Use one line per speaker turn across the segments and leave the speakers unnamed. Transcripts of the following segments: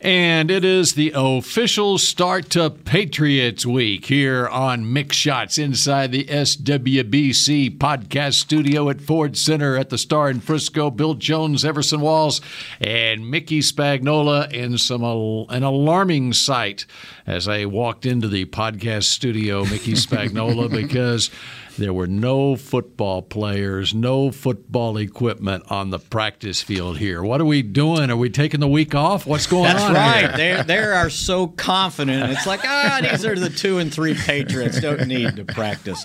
And it is the official start to Patriots Week here on Mix Shots inside the SWBC podcast studio at Ford Center at the Star in Frisco. Bill Jones, Everson Walls, and Mickey Spagnola in some al- an alarming sight as I walked into the podcast studio, Mickey Spagnola, because there were no football players, no football equipment on the practice field here. What are we doing? Are we taking the week off? What's going
That's
on?
right.
Here?
They they are so confident. It's like ah, these are the two and three Patriots. Don't need to practice.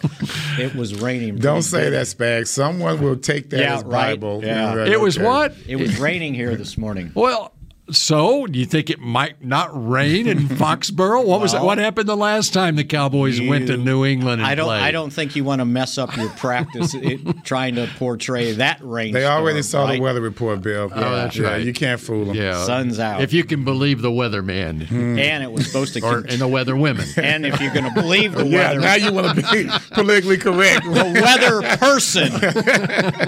It was raining.
Don't
pretty
say
big.
that, Spag. Someone will take that
Yeah,
as
right.
Bible.
Yeah.
Right,
It was
okay.
what?
It was raining here this morning.
Well, so do you think it might not rain in Foxborough? What was that? What happened the last time the Cowboys went to
You-
New England and
I don't.
played?
I don't think you want to mess up your practice it, trying to portray that rain.
They already saw
right?
the weather report, Bill. Oh,
that's
yeah,
right.
You can't fool them.
Yeah,
Sun's out.
If you can believe the weatherman
and it was supposed to.
or
con-
and the weather women.
and if you're going to believe the
Yeah,
weather,
now you want to be politically correct.
the weather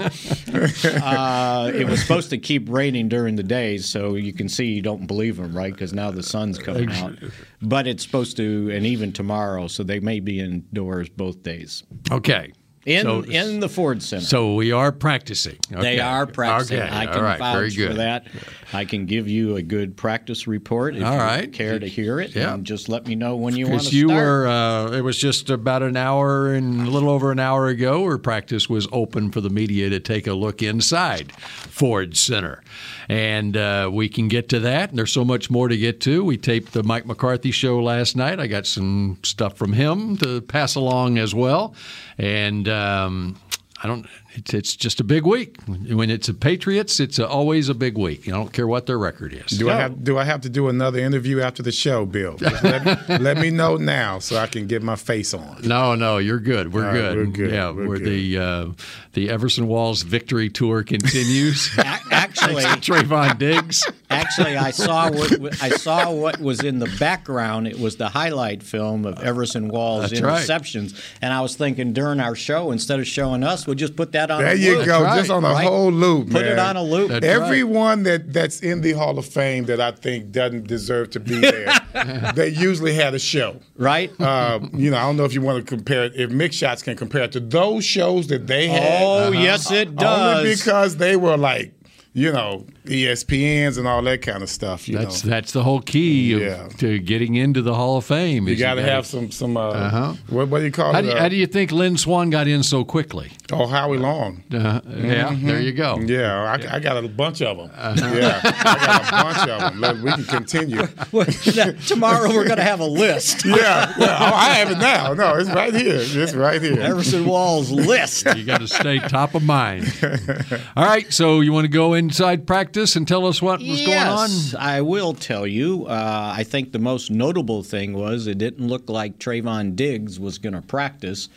person. uh, it was supposed to keep raining during the days, so you can see you don't believe them, right? Because now the sun's coming out. But it's supposed to, and even tomorrow, so they may be indoors both days
Okay.
in
So-
in the Ford Center.
So we are practicing. Okay.
They are practicing.
Okay.
I
All
can
right. Very
vouch
good.
for that. I can give you a good practice report if
All
you
right.
care to hear it.
Yeah.
And just let me know when you want to
Because you
start.
were, uh, it was just about an hour and a little over an hour ago, where practice was open for the media to take a look inside Ford Center. And uh, we can get to that. And there's so much more to get to. We taped the Mike McCarthy show last night. I got some stuff from him to pass along as well. And, um, I don't. It's, it's just a big week. When it's a Patriots, it's a, always a big week. I don't care what their record is.
Do I have do I have to do another interview after the show, Bill? Just let, me, let me know now so I can get my face on.
No, no, you're good. We're
All right,
good.
we're good.
Yeah,
We're
where
good.
the uh, the Everson Walls victory tour continues.
A- actually,
Trayvon Diggs.
Actually, I saw what I saw what was in the background. It was the highlight film of Everson Wall's
That's right.
interceptions, and I was thinking during our show, instead of showing us, we'll just put that on.
There
a
you
loop,
go,
right,
just on a
right?
whole loop,
Put it
man.
on a loop.
That's right.
Everyone that, that's in the Hall of Fame that I think doesn't deserve to be there, they usually had a show.
Right?
Uh, you know, I don't know if you want to compare it, if Mix Shots can compare it to those shows that they had. Uh-huh.
Oh yes, it
Only
does.
because they were like, you know, E ESPNs and all that kind of stuff. You
That's
know,
that's the whole key of,
Yeah.
to getting into the Hall of Fame. is
you got to
gotta-
have some some. Uh, what, what do you call
Uh-huh. How
it?
do, you,
uh,
how do you think Lynn Swan got in so quickly?
oh, Howie Long.
Uh, Yeah, there you go.
Mm-hmm. Yeah, I, I got a bunch of them.
Uh-huh.
Yeah, I got a bunch of them. Look, we can continue.
Tomorrow we're going to have a list.
Yeah, yeah. Oh, I have it now. No, it's right here. It's right here.
Everson Wall's list.
You got to stay top of mind. All right, so you want to go inside practice and tell us what was
yes, I will tell you. Uh, I think the most notable thing was it didn't look like Trayvon Diggs was going to practice.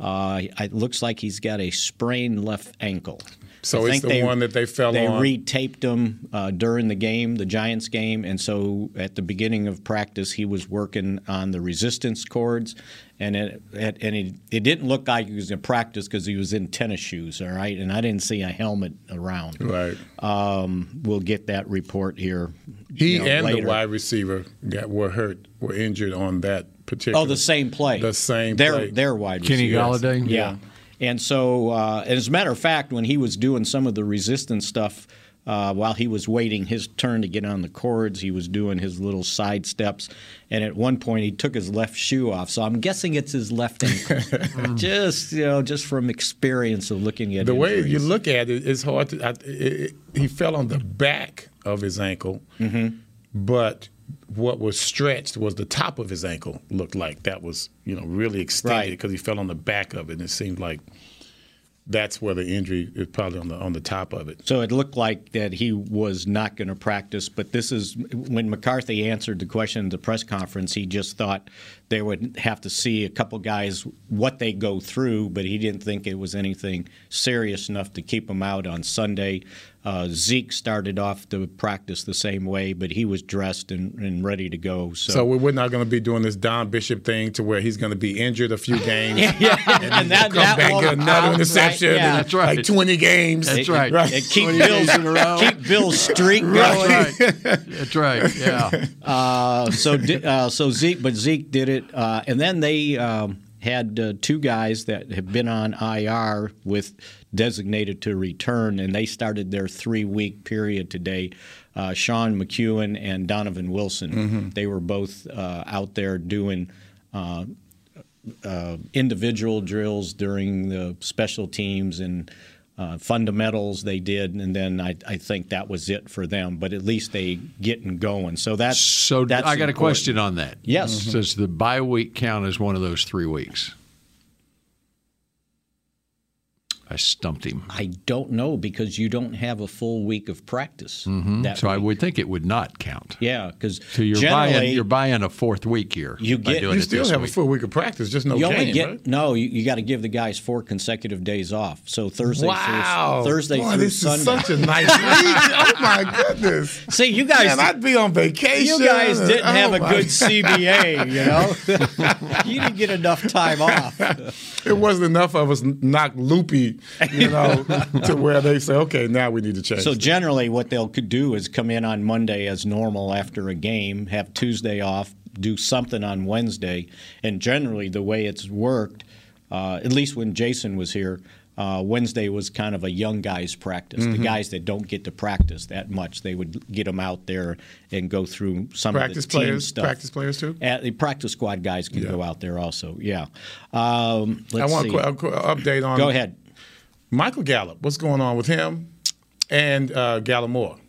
Uh, it looks like he's got a sprained left ankle.
So
I
it's
think
the one that they fell
they
on.
retaped him uh, during the game, the Giants game, and so at the beginning of practice, he was working on the resistance cords, and it, it and it, it didn't look like he was in practice because he was in tennis shoes. All right, and I didn't see a helmet around.
Right.
Um, we'll get that report here.
He
you know,
and the
later.
wide receiver got were hurt, were injured on that particular.
Oh, the same play.
The same
Their
play.
their
going
wide
on? Kenny
receiver.
Galladay.
Yeah. And so, uh, and as a matter of fact, when he was doing some of the resistance stuff, uh, while he was waiting his turn to get on the cords, he was doing his little side steps. And at one point, he took his left shoe off. So I'm guessing it's his left ankle. just, you know, just from experience of looking at
The way
injuries.
you look at it, it's hard to. I, it, it, he fell on the back of his ankle,
Mm-hmm.
but what was stretched was the top of his ankle. Looked like that was you know really extended
Right.
because he fell on the back of it. and It seemed like that's where the injury is probably on the on the top of it.
So it looked like that he was not going to practice, but this is when McCarthy answered the question at the press conference. He just thought they would have to see a couple guys what they go through, but he didn't think it was anything serious enough to keep them out on Sunday. Uh, Zeke started off the practice the same way, but he was dressed and, and ready to go. So,
So we- we're not going to be doing this Don Bishop thing to where he's going to be injured a few games,
yeah, and, that,
come back
won't-
get another
right,
interception,
yeah.
and
That's right.
like twenty games.
That's right.
And keep
20
Bill's,
days in a row.
keep Bill's streak going.
That's right. That's right. Yeah.
Uh, so di- uh, so Zeke, but Zeke did it, uh, and then they um, had uh, two guys that had been on IR with designated to return, and they started their three week period today. Uh, Sean McEwen and Donovan Wilson, they were both uh, out there doing. Uh, uh, individual drills during the special teams and uh, fundamentals they did, and then I, I think that was it for them. But at least they getting going. So that's
So
that's
I got a
important.
question on that. Mm-hmm.
Yes. Mhm.
Does the bye week count as one of those three weeks? I stumped him.
I don't know because you don't have a full week of practice.
Mm-hmm.
That
So I
week.
would think it would not count.
yeah, because
So you're
generally
buying you're buying a fourth week here.
You
by
get-
doing
You
it
still
this
have
week.
a full week of practice, just no
you
game.
only get
right?
no. You, you got to give the guys four consecutive days off. So Thursday
Wow!
through Thursday
Boy,
through
this
Sunday.
is such a nice league. Oh my goodness!
See, you guys
Man, I'd be on vacation.
You guys didn't
Oh,
have a
my-
good CBA, you know? you didn't get enough time off.
It wasn't enough of us not loopy, you know, to where they say, okay, now we need to change.
So
this.
generally, what they'll could do is come in on Monday as normal after a game, have Tuesday off, do something on Wednesday, and generally the way it's worked, uh, at least when Jason was here. Uh, Wednesday was kind of a young guys practice. The
Mm-hmm.
guys that don't get to practice that much, they would get them out there and go through some
Practice
of the team
players-
stuff.
practice players too?
Uh, the practice squad guys can go out there also. Yeah. Um,
I
let's
want
see.
a qu- a qu- update on
go ahead.
Michael Gallup. What's going on with him and uh, Gallimore?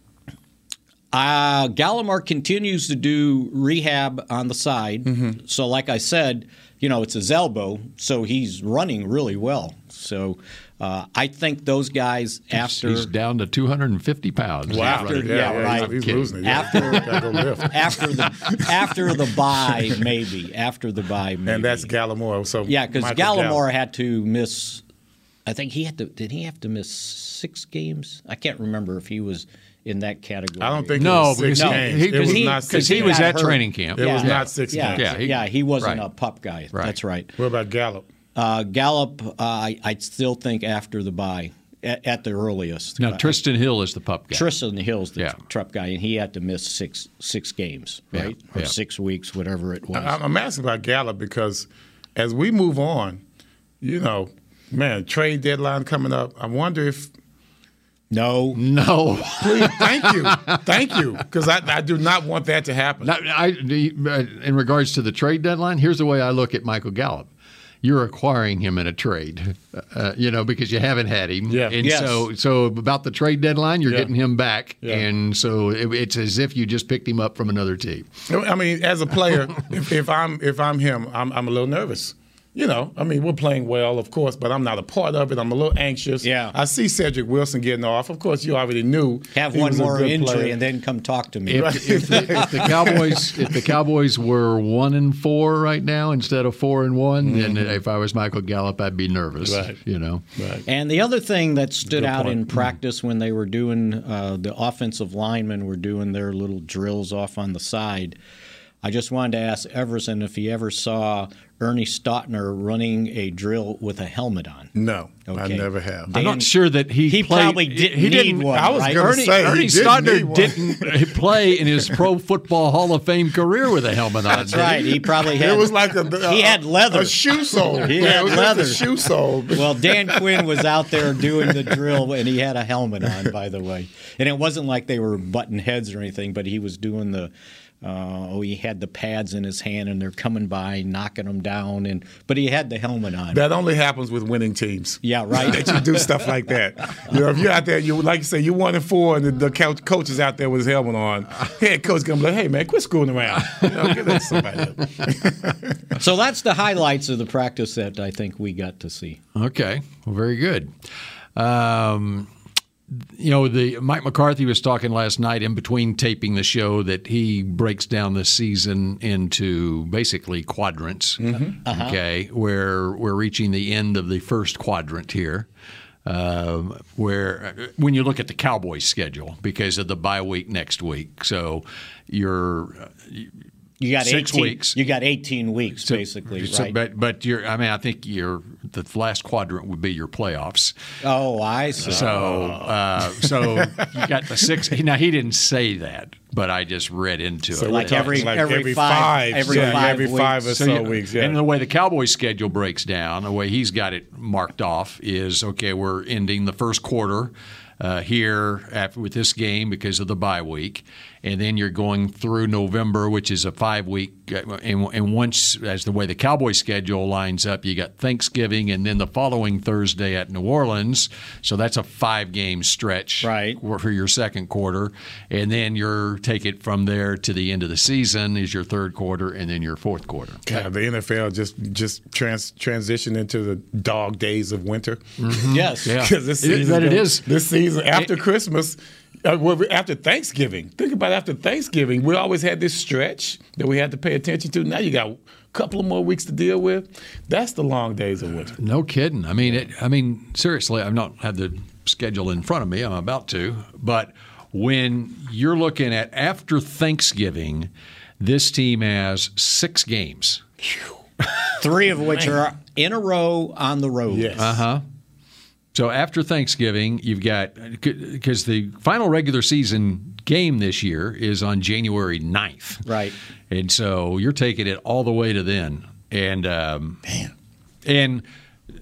Uh, Gallimore continues to do rehab on the side. So, like I said, you know, it's his elbow, so he's running really well. So, uh, I think those guys after
he's down to 250 pounds.
Wow. After-
Right.
yeah, right.
he's, he's
Kidding.
losing. it. Yeah,
After-
gotta go lift.
after the after the buy maybe after the buy maybe
and that's Gallimore. So
yeah because
Michael
Gallimore
Gallup.
had to miss. I think he had to. Did he have to miss six games? I can't remember if he was in that category.
I don't think it
No,
was
because
six
he-
games.
he-
it was
he-
not six.
because he was
games.
got
at training camp.
It was not six
Yeah,
games.
Yeah, he-
yeah, he wasn't
right.
a pup guy.
Right.
That's right.
What about Gallup?
Uh, Gallup, uh, I, I still think after the bye, at, at the earliest.
Now
Uh,
Tristan Hill is the pup guy.
Tristan Hill's the
Yeah.
Trump guy, and he had to miss six six games,
Yeah,
right, or
yeah.
six weeks, whatever it was.
I- I'm asking about Gallup because as we move on, you know, man, trade deadline coming up. I wonder if.
no,
mm-hmm.
No.
Please, thank you, thank you, because I, I do not want that to happen.
Now, I, the- uh, in regards to the trade deadline, here's the way I look at Michael Gallup. You're acquiring him in a trade, uh, you know, because you haven't had him.
Yeah.
And
Yes.
so, so about the trade deadline, you're
Yeah.
getting him back,
Yeah.
and so it, it's as if you just picked him up from another team.
I mean, as a player, if, if I'm if I'm him, I'm I'm a little nervous. You know, I mean, we're playing well, of course, but I'm not a part of it. I'm a little anxious.
Yeah.
I see Cedric Wilson getting off. Of course, you already knew
have
he
one
was a
more
good
injury
player.
and then come talk to me.
If, if, the, if the Cowboys, if the Cowboys were one and four right now instead of four and one, then if I was Michael Gallup, I'd be nervous.
Mm-hmm. Right.
You know.
And the other thing that stood out
point. Mm-hmm.
in practice when they were doing uh, the offensive linemen were doing their little drills off on the side. I just wanted to ask Everson if he ever saw Ernie Stotner running a drill with a helmet on.
no, I
Okay.
never have.
I'm
Dan-
not sure that he
he
played-
probably didn't
he
need one,
I was
right?
gonna
Ernie,
say he
Ernie
didn't need
Stodner
one.
didn't play in his Pro Football Hall of Fame career with a helmet on.
That's right. He probably had.
it was like a, a
He had leather.
a shoe sole.
He
Yeah,
had
it was just
leather.
a shoe sole.
well, Dan Quinn was out there doing the drill, and he had a helmet on, by the way. And it wasn't like they were button heads or anything, but he was doing the Uh, oh, he had the pads in his hand, and they're coming by, knocking him down, and but he had the helmet on.
That only happens with winning teams.
Yeah, right.
that you do stuff like that. You know, if you're out there, you like you say, you're one and four, and the, the coach, coach is out there with his helmet on. Head coach gonna be like, "Hey man, quit screwing around. You know, get that somebody up.
so that's the highlights of the practice that I think we got to see.
Okay, well, very good. Um, you know, the Mike McCarthy was talking last night in between taping the show that he breaks down the season into basically quadrants.
Mm-hmm. Uh-huh.
Okay, where we're reaching the end of the first quadrant here. Um, where when you look at the Cowboys' schedule because of the bye week next week, so you're
You got
Six
18,
weeks.
You got 18 weeks,
So-
basically,
so-
right?
But but you're, I mean, I think your the last quadrant would be your playoffs.
oh, I see.
So uh, so you got the six. Now he didn't say that, but I just read into it.
Like
We're
every-
talking
every five- every
yeah,
five
every five or
weeks.
so,
you-
weeks. Yeah.
And the way the Cowboys schedule breaks down, the way he's got it marked off is okay, we're ending the first quarter uh, here after, with this game because of the bye week. And then you're going through November, which is a five week. uh, And, and once, as the way the Cowboys schedule lines up, you got Thanksgiving and then the following Thursday at New Orleans. So that's a five game stretch
Right.
for your second quarter, and then your take it from there to the end of the season is your third quarter, and then your fourth quarter.
God, the NFL just just trans, transitioned into the dog days of winter.
yes.
Yeah.
Because this
It-
season,
that it is.
This season after Christmas, uh, well, after Thanksgiving. Think about after Thanksgiving. We always had this stretch that we had to pay attention to. Now you got a couple of more weeks to deal with. That's the long days of winter.
No kidding. I mean, it, I mean, seriously, I've not had the schedule in front of me. I'm about to, but when you're looking at after Thanksgiving, this team has six games.
Three of which are in a row on the road.
Yes.
Uh-huh. So after Thanksgiving, you've got because the final regular season game this year is on January 9th.
Right.
And so you're taking it all the way to then. And um, and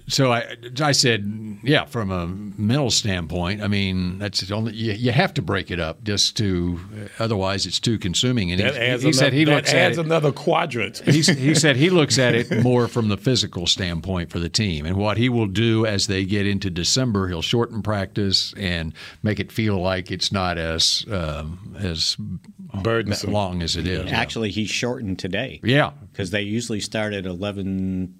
so I I said, yeah, from a mental standpoint, I mean, that's the only you, you have to break it up just to otherwise it's too consuming. And he,
That adds
he said
another-
he
that
looks at
adds
it
another quadrant.
he, he said he looks at it more from the physical standpoint for the team and what he will do as they get into December. He'll shorten practice and make it feel like it's not as um, as
Burdensome.
long as it is.
Actually, he shortened today.
yeah.
Because they usually start at 11.20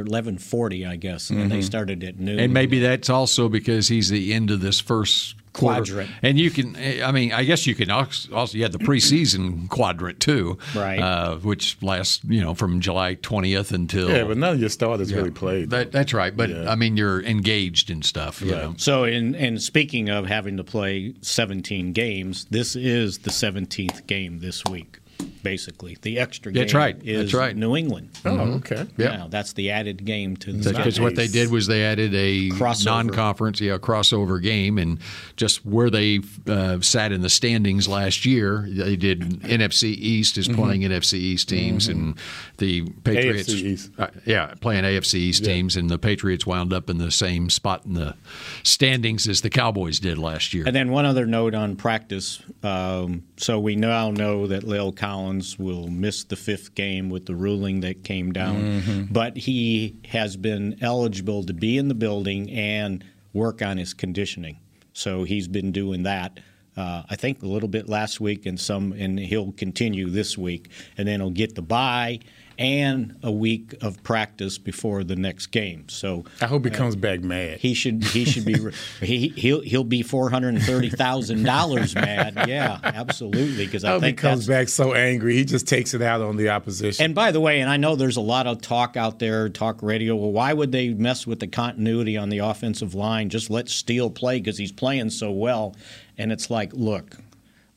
or 11.40, I guess, and they started at noon.
Mm-hmm. And maybe that's also because he's the end of this first quarter.
Quadrant.
And you can, I mean, I guess you can als- also, you had the preseason quadrant too,
Right.
Uh, which lasts, you know, from July 20th until.
Yeah, but none of your starters really played.
that, that's right. But I mean, you're engaged in stuff, you know.
So, in and speaking of having to play 17 games, this is the 17th game this week, basically. The extra game
That's right.
is
That's right.
New England.
oh, okay.
Yep.
Now, that's the added game to the
Because
schedule.
what they did was they added a
Crossover.
non-conference, yeah, crossover game, and just where they uh, sat in the standings last year, they did NFC East is playing NFC East teams, and the Patriots,
East.
Uh, yeah, playing AFC East teams, and the Patriots wound up in the same spot in the standings as the Cowboys did last year.
And then one other note on practice. Um, so we now know that Lil Collins will miss the fifth game with the ruling that came down, but he has been eligible to be in the building and work on his conditioning. So he's been doing that. Uh, I think a little bit last week, and some, and he'll continue this week, and then he'll get the bye and a week of practice before the next game. So
I hope he comes back mad.
he should he should be he he'll he'll be four hundred and thirty thousand dollars mad. Yeah, absolutely. Because
I
I
hope Oh, he
think
comes
that's,
back so angry. He just takes it out on the opposition.
And by the way, and I know there's a lot of talk out there, talk radio. Well, why would they mess with the continuity on the offensive line? Just let Steele play because he's playing so well. And it's like, look,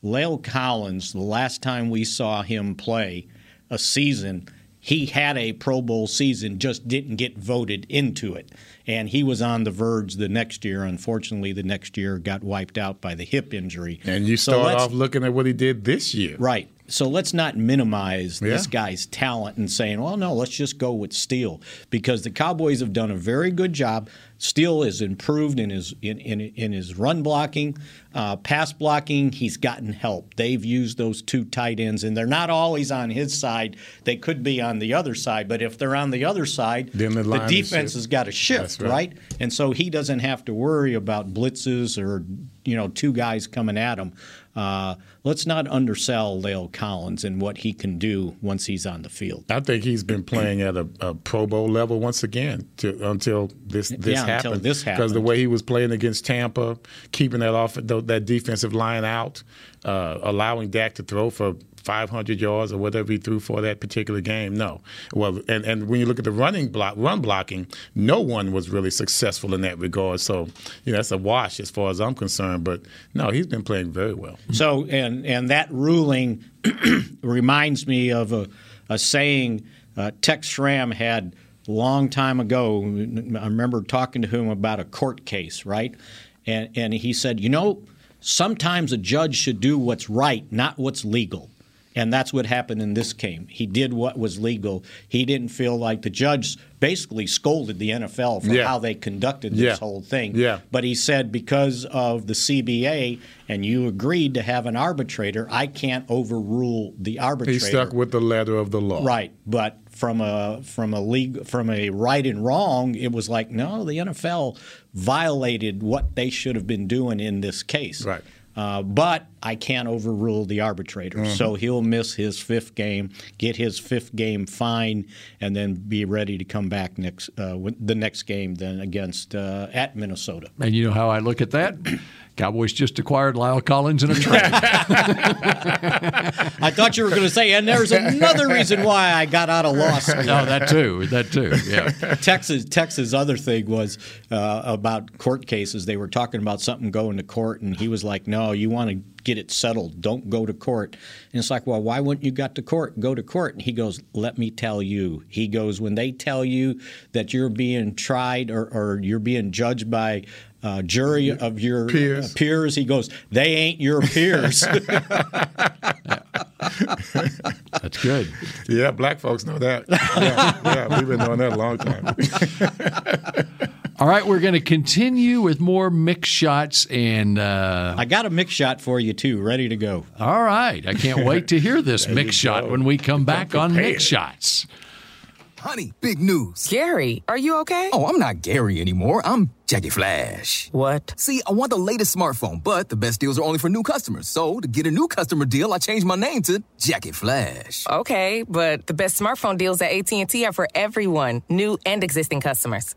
Lale Collins. The last time we saw him play a season. He had a Pro Bowl season, just didn't get voted into it. And he was on the verge the next year. Unfortunately, the next year got wiped out by the hip injury.
And you
So
start
let's-
off looking at what he did this year.
Right. so let's not minimize this
Yeah.
guy's talent and saying, well, no, let's just go with Steele because the Cowboys have done a very good job. Steele has improved in his in, in, in his run blocking, uh, pass blocking. He's gotten help. They've used those two tight ends, and they're not always on his side. They could be on the other side, but if they're on the other side,
Then the line is
defense
shift.
has got to shift,
That's right.
right? And so he doesn't have to worry about blitzes or you know two guys coming at him. Uh, let's not undersell Lale Collins and what he can do once he's on the field.
I think he's been playing at a, a Pro Bowl level once again to, until this this
until
happened.
this
because the
happened.
way he was playing against Tampa, keeping that off tho- that defensive line out, uh, allowing Dak to throw for 500 yards or whatever he threw for that particular game. No, well, and and when you look at the running block, run blocking, no one was really successful in that regard. So you know that's a wash as far as I'm concerned. But no, he's been playing very well.
So and and that ruling reminds me of a, a saying uh, Tex Schramm had long time ago. I remember talking to him about a court case, right? And and he said, you know, sometimes a judge should do what's right, not what's legal. And that's what happened in this game. He did what was legal. He didn't feel like the judge basically scolded the NFL for
Yeah.
how they conducted this
Yeah.
whole thing.
Yeah.
But he said because of the CBA and you agreed to have an arbitrator, I can't overrule the arbitrator.
He stuck with the letter of the law.
Right, but from a from a league from a right and wrong, it was like no, the NFL violated what they should have been doing in this case.
Right.
Uh, but I can't overrule the arbitrator,
Mm-hmm.
so he'll miss his fifth game, get his fifth game fine, and then be ready to come back next uh, win- the next game then against uh, at Minnesota.
And you know how I look at that? Cowboys just acquired Lyle Collins in a trade.
I thought you were going to say, and there's another reason why I got out of law school.
no, Oh, that too. That too. Yeah.
Texas, Texas. Other thing was uh, about court cases. They were talking about something going to court, and he was like, "No, you want to get it settled. Don't go to court." And it's like, "Well, why wouldn't you got to court? Go to court." And he goes, "Let me tell you." He goes, "When they tell you that you're being tried or, or you're being judged by." Uh, jury of your
Peers.
peers, he goes. They ain't your peers.
That's good.
Yeah, black folks know that. Yeah, yeah, we've been knowing that a long time.
All right, we're going to continue with more mix shots. And uh,
I got a mix shot for you too, ready to go.
all right, I can't wait to hear this mix shot when we come back on mix shots.
Honey, big news.
Gary, are you okay?
Oh, I'm not Gary anymore. I'm Jackie Flash.
What?
See, I want the latest smartphone, but the best deals are only for new customers. So to get a new customer deal, I changed my name to Jackie Flash.
Okay, but the best smartphone deals at AT&T are for everyone, new and existing customers.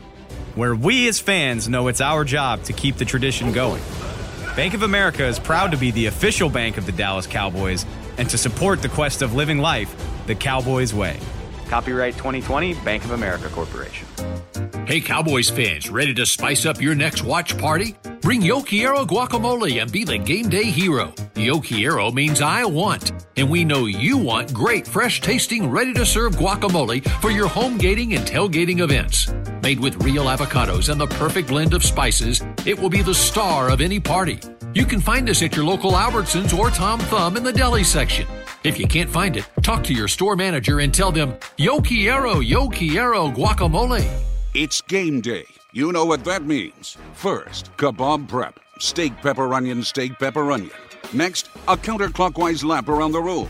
Where we as fans know it's our job to keep the tradition going. Bank of America is proud to be the official bank of the Dallas Cowboys and to support the quest of living life the Cowboys Way. Copyright 2020, Bank of America Corporation.
Hey, Cowboys fans, ready to spice up your next watch party? Bring Yokiero guacamole and be the game day hero. Yokiero means I want, and we know you want great, fresh tasting, ready to serve guacamole for your home gating and tailgating events. Made with real avocados and the perfect blend of spices, it will be the star of any party. You can find us at your local Albertsons or Tom Thumb in the deli section. If you can't find it, talk to your store manager and tell them, Yo Quiero, Yo Quiero guacamole.
It's game day. You know what that means. First, kebab prep. Steak, pepper, onion, steak, pepper, onion. Next, a counterclockwise lap around the room.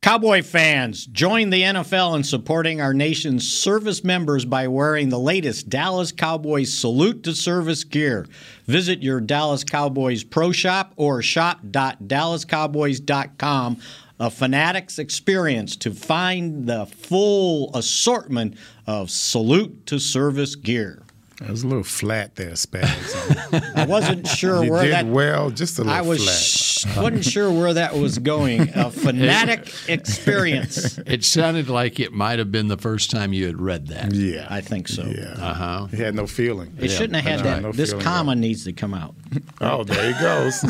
Cowboy fans, join the NFL in supporting our nation's service members by wearing the latest Dallas Cowboys salute to service gear. Visit your Dallas Cowboys pro shop or shop.dallascowboys.com, a fanatics experience to find the full assortment of salute to service gear.
That was a little flat there, Spags.
I wasn't sure
you
where
did
that.
well, just a little
I was
flat.
wasn't sure where that was going. A fanatic experience.
It sounded like it might have been the first time you had read that.
Yeah,
I think so.
Yeah,
Uh huh.
Uh-huh. he had no feeling.
It shouldn't have had
Yeah,
that.
no
this
feeling
comma needs to come out.
Oh, there he goes.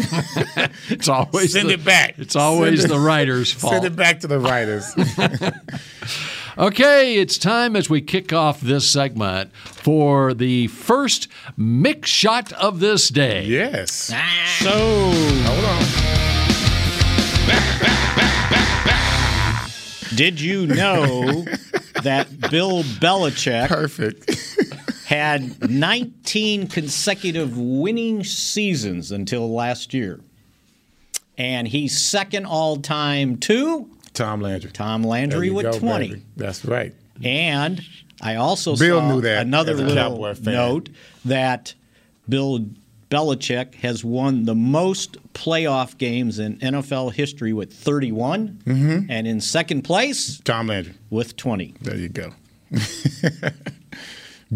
It's always
Send
the-
it back.
It's always
Send it-
the writer's fault.
Send it back to the writers.
Okay, it's time as we kick off this segment for the first mix shot of this day.
yes.
So,
Hold on.
did you know that Bill Belichick
Perfect.
had 19 consecutive winning seasons until last year? And he's second all time to
Tom Landry.
Tom
There
Landry
you
with
go,
20.
baby. That's right.
And I also
Bill
saw
knew that
another
as a
little
Cowboy fan.
note that Bill Belichick has won the most playoff games in NFL history with 31,
Mm-hmm.
and in second place
Tom Landry.
with 20.
There you go.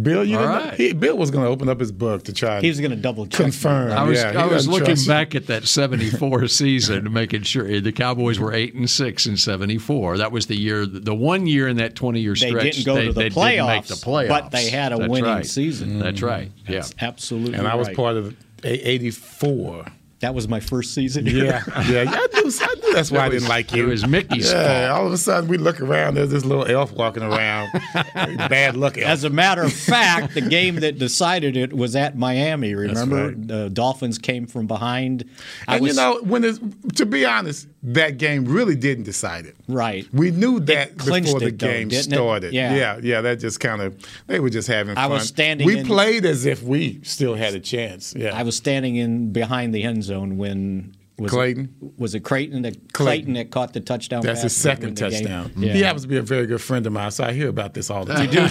Bill, you
All
didn't
right.
he, Bill was going to open up his book to try. and
He was going to double check.
confirm.
I was
Yeah, he
I was
doesn't
looking
trust you.
back at that '74 season, making sure eh, the Cowboys were eight and six in '74. That was the year, the one year in that 20-year
They
stretch
didn't go to the
they didn't make
playoffs,
the playoffs,
but they had a
That's
winning
right.
season. Mm.
That's right. Yeah.
Absolutely.
And I was
right.
part of a- 84.
That was my first season.
Yeah, yeah, yeah, I knew, I knew that's why I didn't like
It
you.
was Mickey's
yeah,
fault.
all of a sudden we look around, there's this little elf walking around. Bad luck elf.
As a matter of fact, the game that decided it was at Miami. Remember,
right.
the Dolphins came from behind. I
and
was
you know, when it's, to be honest, that game really didn't decide it.
right.
We knew that
clinched
before the
it, though,
game
didn't it?
started.
Yeah.
yeah, yeah, That just kind of they were just having fun.
I was standing
We
in-
played as if we still had a chance. Yeah,
I was standing in behind the end zone when was
Clayton?
It, was it Clayton? That Clayton.
Clayton.
that caught the touchdown.
That's
pass
his
to
second
win the game.
touchdown.
Yeah.
He happens to be a very good friend of mine, so I hear about this all the time. You do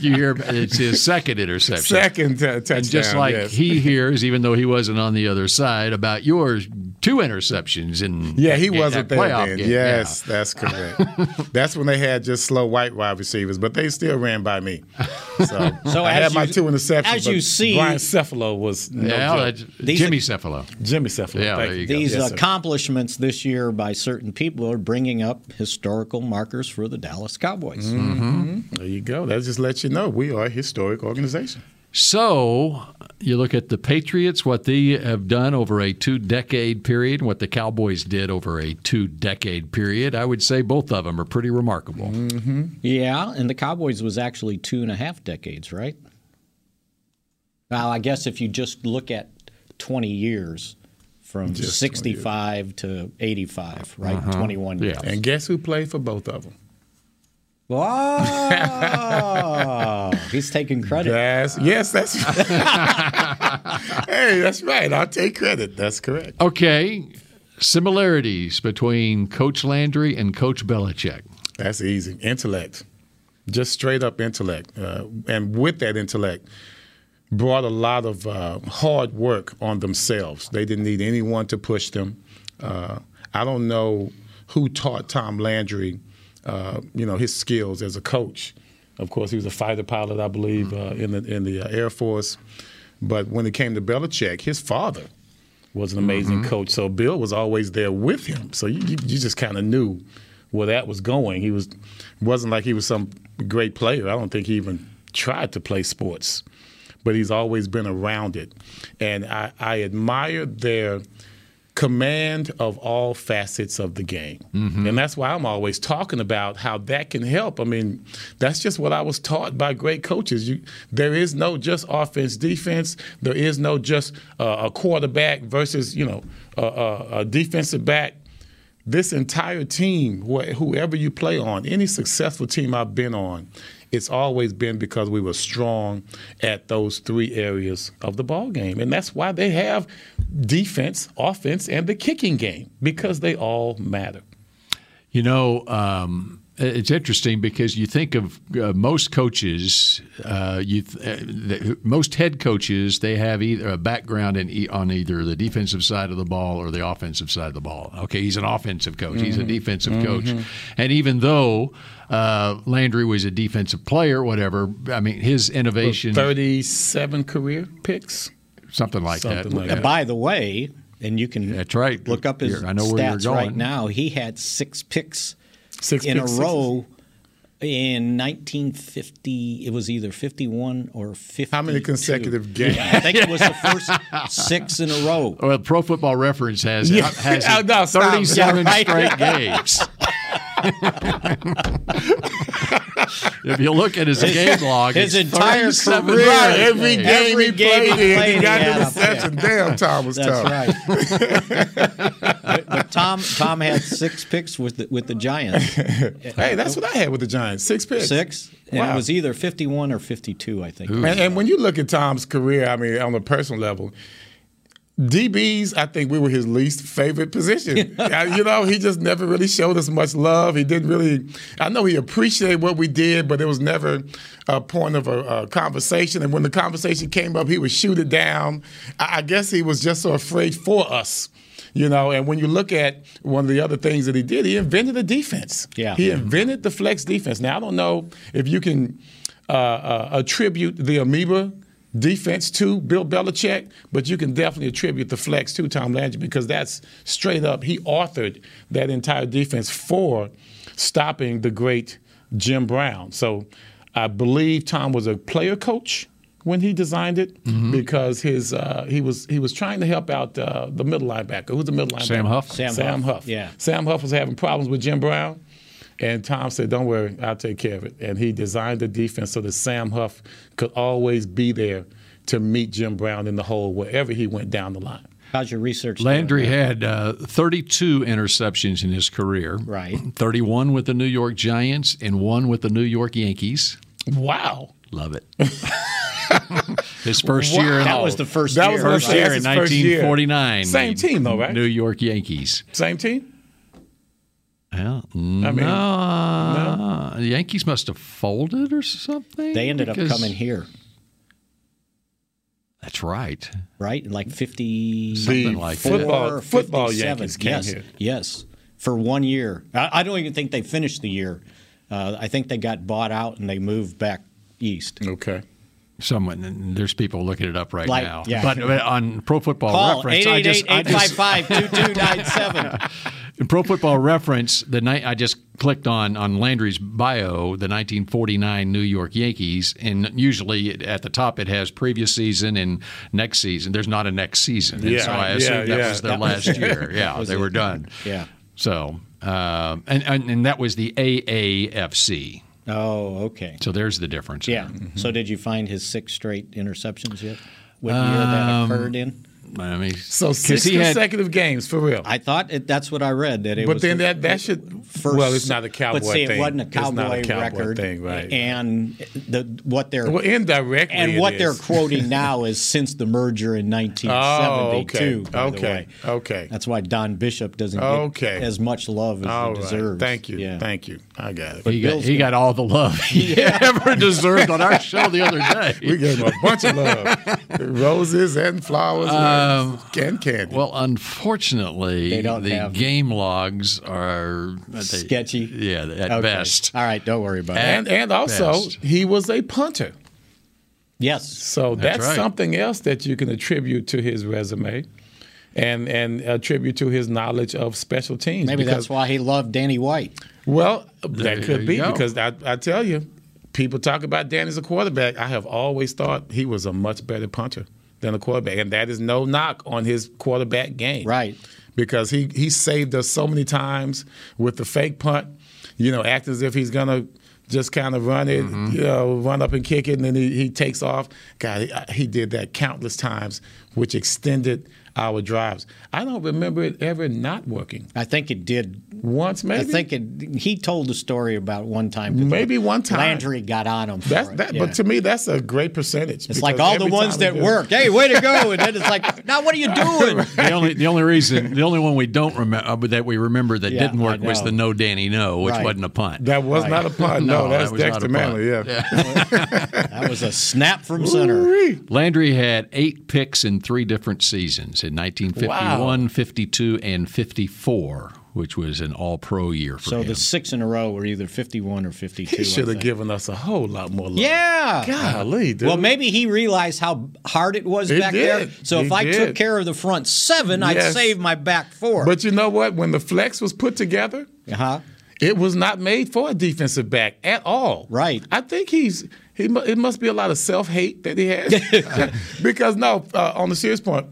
You hear it's his second interception.
second t- touchdown.
And just like
yes.
he hears, even though he wasn't on the other side, about your two interceptions in
Yeah, he
in
wasn't
that
there
playoff
then.
game.
Yes, that's correct. that's when they had just slow white wide receivers, but they still ran by me. So,
So
I
as
had my
you-
two interceptions.
as you
but
see-
Brian Cephalo was no
Yeah, yeah
joke.
that's-
These
Jimmy
are-
Cephalo.
Jimmy Cephalo.
Yeah,
thank
there you go.
These
Yes, sir.
accomplishments this year by certain people are bringing up historical markers for the Dallas Cowboys.
Mm-hmm. There you go. That just lets you know we are a historic organization.
So you look at the Patriots, what they have done over a two decade period, what the Cowboys did over a two decade period. I would say both of them are pretty remarkable.
Mm-hmm.
Yeah, and the Cowboys was actually two and a half decades, right? Well, I guess if you just look at 20 years from 65 to 85, right? 21 years.
Uh-huh. And guess who played for both of them?
Wow. He's taking credit.
Yes, yes, that's. hey, that's right. I'll take credit. That's correct.
Okay. Similarities between Coach Landry and Coach Belichick.
That's easy. Intellect, just straight up intellect, uh, and with that intellect, brought a lot of uh, hard work on themselves. They didn't need anyone to push them. Uh, I don't know who taught Tom Landry, uh, you know, his skills as a coach. Of course, he was a fighter pilot, I believe, uh, in the in the uh, Air Force. But when it came to Belichick, his father was an amazing coach. So Bill was always there with him. So you, you, you just kind of knew where that was going. He was wasn't like he was some great player. I don't think he even tried to play sports, but he's always been around it. And I, I admire their command of all facets of the game. And that's why I'm always talking about how that can help. I mean, that's just what I was taught by great coaches. You, there is no just offense, defense. There is no just uh, a quarterback versus, you know, a, a, a defensive back. This entire team, wh- whoever you play on, any successful team I've been on, it's always been because we were strong at those three areas of the ball game, and that's why they have defense, offense, and the kicking game because they all matter.
You know, um, it's interesting because you think of uh, most coaches, uh, you th- uh, the, most head coaches, they have either a background in e- on either the defensive side of the ball or the offensive side of the ball. Okay, he's an offensive coach, he's a
Mm-hmm.
defensive coach, and even though uh, Landry was a defensive player, whatever, I mean, his innovation,
Thirty-seven career picks.
something like that.
something like
And Uh, by the way, and you can
That's right.
look up his
Here, I know where you're
stats
going.
right now. He had six picks
Six
in
pick
a
sixes.
row in 1950. It was either 51 or 50.
How many consecutive games?
I think it was the first six in a row.
Well, Pro Football Reference has uh,
Yeah.
has
Oh, no, stop.
37
Yeah, right.
straight games. if you look at his, game log,
his
it's
entire
37
career,
straight
Every
games.
game
Every
he
game he
played in, he
played,
got
he
an
had a pick.
interception. Damn, Tom was
That's
tough.
right. but, but Tom Tom had six picks with the, with the Giants.
Hey, that's what I had with the Giants. Six picks.
Six. And
Wow.
it was either 51 or 52, I think.
And, and when you look at Tom's career, I mean, on a personal level, DBs, I think we were his least favorite position. Uh, you know, he just never really showed us much love. He didn't really, I know he appreciated what we did, but it was never a point of a, a conversation. And when the conversation came up, he would shoot it down. I, I guess he was just so afraid for us. You know, and when you look at one of the other things that he did, he invented the defense.
Yeah.
He invented the flex defense. Now, I don't know if you can uh, uh, attribute the amoeba defense to Bill Belichick, but you can definitely attribute the flex to Tom Landry because that's straight up. He authored that entire defense for stopping the great Jim Brown. So I believe Tom was a player coach when he designed it
Mm-hmm.
because his uh, he was he was trying to help out uh, the middle linebacker. Who's the middle linebacker?
Sam Huff?
Sam
Sam
Huff,
Huff.
yeah.
Sam Huff was having problems with Jim Brown, and Tom said, "Don't worry, I'll take care of it." And he designed the defense so that Sam Huff could always be there to meet Jim Brown in the hole wherever he went down the line.
How's your research? there?
Landry had uh, 32 interceptions in his career.
Right.
31 with the New York Giants and one with the New York Yankees.
Wow.
Love it. his first year in
That was the first
That
year.
was
first
That's
year in
his first year.
1949.
Same
the
team though, right?
New York Yankees.
Same team.
Well,
I mean,
Uh, The Yankees must have folded or something.
They ended up
because-
coming here,
That's right.
right? In like 50.
Something like that.
football-
or
football
57.
Yankees came
yes,
here.
Yes, for one year. I, I don't even think they finished the year. Uh, I think they got bought out and they moved back east.
okay.
Someone, and there's people looking it up right
Like,
now.
yeah.
But but on Pro Football
Call
Reference, I just, I just
888-855-2297.
in Pro Football Reference, the night I just clicked on on Landry's bio, the 1949 New York Yankees, and usually it, at the top it has previous season and next season. There's not a next season, and
Yeah,
so I
yeah,
assumed that
yeah.
was their
That
last year. Yeah,
was
they
it.
were done.
Yeah.
So um, and, and and that was the AAFC.
Oh, okay.
So there's the difference.
Yeah. So did you find his six straight interceptions yet? What year that occurred in?
I mean,
So
'cause
six
he had-
consecutive games for real.
I thought it, that's what I read that it
But
was.
then
the-
that- that should-
first.
well, it's not a cowboy
but see,
thing.
It wasn't a
It's not a
cowboy,
cowboy
record
thing, right.
And the what they're
well, indirectly.
and
it
what they're
is.
quoting now is since the merger in 1972.
Oh,
by
okay.
the
Okay.
way.
Okay.
That's why Don Bishop doesn't get
Okay.
as much love as
All
he
right.
deserves.
Thank you.
Yeah.
Thank you. I got it.
He got, he got all the love he ever deserved on our show the other day.
We gave him a bunch of love, roses and flowers and candy.
Well, unfortunately,
They don't
the
have-
game logs are they-
Sketchy?
Yeah, at
Okay.
best.
All right. Don't worry about it.
and and also
best.
he was a punter,
Yes.
so that's,
right.
something else that you can attribute to his resume, and and attribute to his knowledge of special teams.
Maybe
because-
that's why he loved Danny White.
Well,
There
that
you
could be
go.
because I, I tell you, people talk about Dan as a quarterback. I have always thought he was a much better punter than a quarterback, and that is no knock on his quarterback game.
Right.
Because he he saved us so many times with the fake punt, you know, act as if he's gonna. Just kind of run it, you know, run up and kick it, and then he, he takes off. God, he, he did that countless times, which extended hour drives. I don't remember it ever not working.
I think it did
once, maybe.
I think it, he told the story about one time. 'cause
Maybe one time.
Landry got on him. for
That's,
it,
that,
yeah.
But to me, that's a great percentage.
it's like
because
all the
every
ones
time we
that
do-
work. Hey, way to go! And then it's like, now what are you doing?
The only the only reason the only one we don't remember uh, that we remember that
Yeah,
didn't work
I
was the no Danny no, which
Right.
wasn't a punt.
That was
Right.
not a pun.
No,
No,
that
that's
was not a
Dexter
punt.
Manley. Yeah.
That was a snap from center.
Woo-wee.
Landry had eight picks in three different seasons in 1951, 52, and 54, which was an All Pro year for
So
him.
the six in a row were either fifty-one or fifty-two.
He should
I
have
think.
given us a whole lot more love.
Yeah.
Golly, dude.
Well, maybe he realized how hard it was
He
back there.
did.
So
He
if I
did.
took care of the front seven, I'd
Yes.
save my back four. Uh-huh.
But you know what? When the flex was put together,
huh?
it was not made for a defensive back at all.
Right.
I think he's he. mu- It must be a lot of self hate that he has because no. Uh, on the serious point,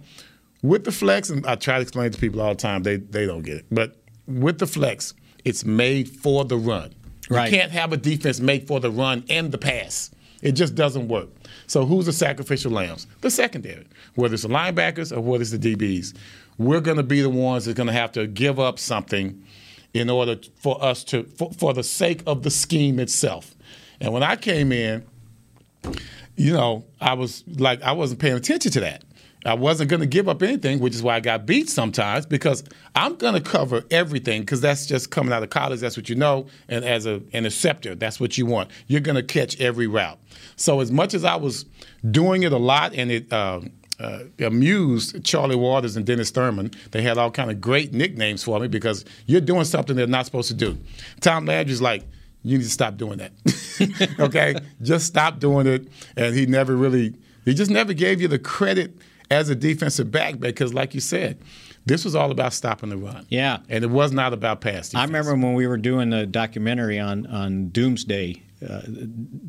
with the flex, and I try to explain to people all the time, they they don't get it. But with the flex, it's made for the run.
Right.
You can't have a defense made for the run and the pass. It just doesn't work. So who's the sacrificial lambs? The secondary, whether it's the linebackers or whether it's the DBs. We're going to be the ones that's going to have to give up something in order for us to, for, for the sake of the scheme itself. And when I came in, you know, I was like, I wasn't paying attention to that. I wasn't going to give up anything, which is why I got beat sometimes because I'm going to cover everything because that's just coming out of college. That's what you know. And as a, an interceptor, that's what you want. You're going to catch every route. So, as much as I was doing it a lot and it um uh, amused Charlie Waters and Dennis Thurman, they had all kind of great nicknames for me because you're doing something they're not supposed to do. Tom Landry's like, you need to stop doing that. okay? just stop doing it. And he never really, he just never gave you the credit as a defensive back because, like you said, this was all about stopping the run.
Yeah.
And it was not about pass defense.
I remember when we were doing the documentary on on Doomsday uh,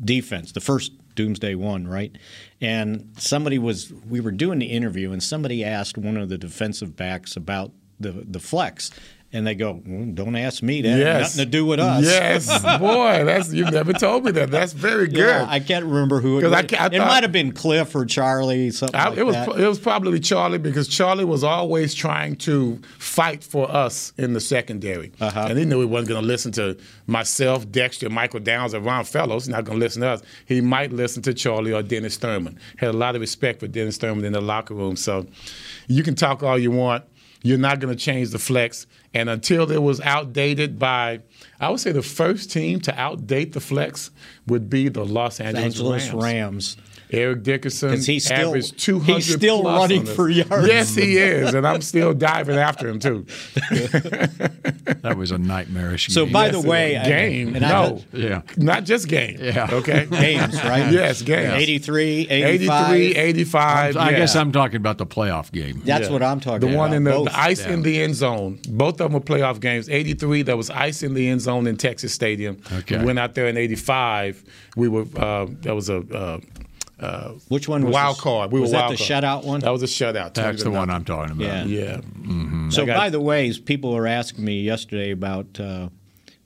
defense, the first Doomsday one, right? And somebody was we were doing the interview, and somebody asked one of the defensive backs about the the flex, and they go, "Well, "Don't ask me that. It had
Yes.
Nothing to do with us."
Yes, boy, that's you've never told me that. That's very good.
Yeah, I can't remember who it
'Cause
was.
I ca- I
it
thought-
might have been Cliff or Charlie, something
I,
like
it was
that.
it was probably Charlie because Charlie was always trying to fight for us in the secondary,
Uh-huh.
and he knew he wasn't going to listen to myself, Dexter, Michael Downs, or Ron Fellows. He's not going to listen to us. He might listen to Charlie or Dennis Thurman. Had a lot of respect for Dennis Thurman in the locker room. So, you can talk all you want. You're not going to change the flex. And until it was outdated by, I would say the first team to outdate the flex would be the Los Angeles,
Angeles Rams.
Eric Dickerson
'Cause he's still-
averaged 200
he's still
plus on
running
this.
for yards.
Yes, he is, and I'm still diving after him too.
that was a nightmarish
So
game.
by the way,
Game,
and I-
no,
Yeah.
not just game.
Yeah.
okay,
games, right?
Yes, games.
83, 85.
83, 85.
I
yeah.
guess I'm talking about the playoff game.
That's what I'm talking
the
about.
one in the,
both.
the ice in the end zone. Both of them were playoff games. 83, that was ice in the end zone in Texas Stadium.
Okay.
We went out there in 85. We were, uh, that was a, uh, uh,
Which one was
wild
this-
card. We
was
were
that
wild
the
card.
shutout one?
That was a shutout.
That's the one I'm talking about.
Yeah.
Yeah.
So,
got-
by the way, is people were asking me yesterday about uh,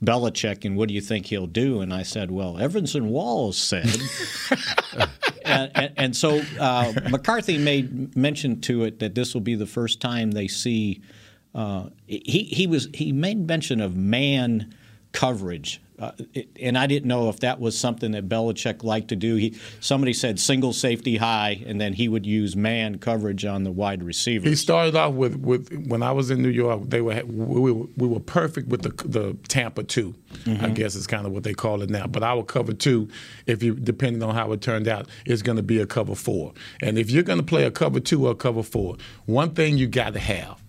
Belichick and what do you think he'll do, and I said, well, Evanson Walls said. and, and, and so uh, McCarthy made mention to it that this will be the first time they see. Uh, he he was he made mention of man coverage. Uh, it- and I didn't know if that was something that Belichick liked to do. He somebody said single safety high, and then he would use man coverage on the wide receivers.
He started off with, with when I was in New York, they were we were, we were perfect with the the Tampa 2 I
Mm-hmm.
guess is kind of what they call it now. But our cover two, if you depending on how it turned out, is going to be a cover four. And if you're going to play a cover two or a cover four, one thing you got to have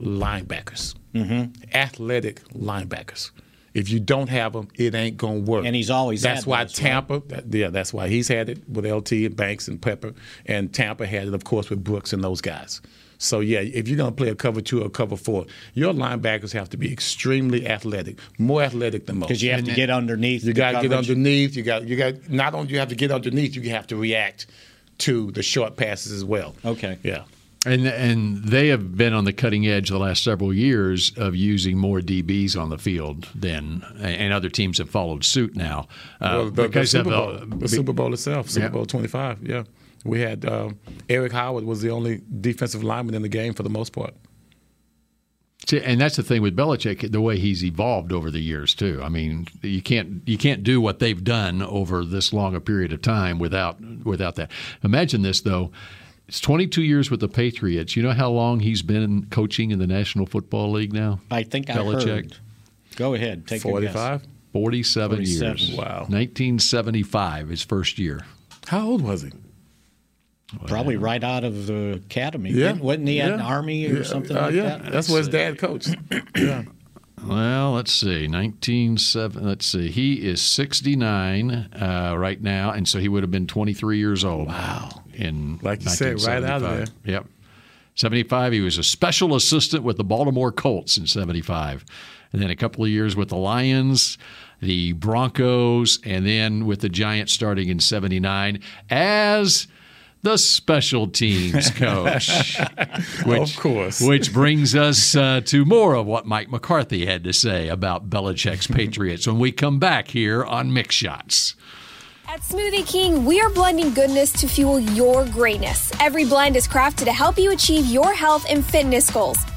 linebackers,
Mm-hmm.
athletic linebackers. If you don't have them, it ain't gonna work.
And he's always
that's
had
why
those, right?
Tampa. that- yeah, that's why he's had it with LT and Banks and Pepper, and Tampa had it, of course, with Brooks and those guys. So yeah, if you're gonna play a cover two or a cover four, your linebackers have to be extremely athletic, more athletic than most.
because you have to get underneath.
You
the
got to get
coverage.
underneath. You got you got not only you have to get underneath, you have to react to the short passes as well.
Okay.
Yeah.
And and they have been on the cutting edge the last several years of using more DBs on the field than and other teams have followed suit now uh,
Well, the, the
because
Super
of
Bowl,
the-
the Super Bowl itself, Super
Yeah.
Bowl 25, yeah. We had um, Eric Howard was the only defensive lineman in the game for the most part.
See, and that's the thing with Belichick, the way he's evolved over the years too. I mean, you can't you can't do what they've done over this long a period of time without without that. Imagine this though. It's 22 years with the Patriots. You know how long he's been coaching in the National Football League now?
I think I
Belichick.
heard. Go ahead, take a
45?
guess.
47, years.
47.
Wow.
1975, his first year.
How old was he?
Probably right out of the academy.
Yeah.
Didn't- Wasn't he in
Yeah.
the army or
Yeah,
something
uh,
like
yeah.
that?
That's what his dad coached.
Well, let's see. 197. Let's see. He is 69 uh, right now, and so he would have been 23 years old. Wow. In
Like you said, right out of
1975. Yep. 75, he was a special assistant with the Baltimore Colts in 75. And then a couple of years with the Lions, the Broncos, and then with the Giants starting in 79 as the special teams coach.
Of course.
Which brings us uh, to more of what Mike McCarthy had to say about Belichick's Patriots when we come back here on Mix Shots.
At Smoothie King, we are blending goodness to fuel your greatness. Every blend is crafted to help you achieve your health and fitness goals.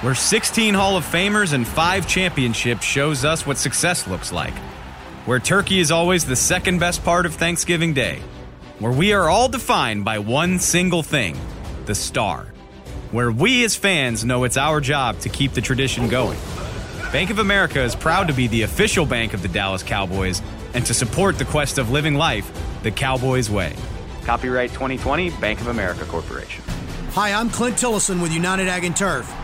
where 16 Hall of Famers and five championships shows us what success looks like. Where turkey is always the second best part of Thanksgiving Day. Where we are all defined by one single thing the star. Where we as fans know it's our job to keep the tradition going. Bank of America is proud to be the official bank of the Dallas Cowboys and to support the quest of living life the Cowboys way. Copyright 2020, Bank of America Corporation.
Hi, I'm Clint Tillison with United Ag and Turf.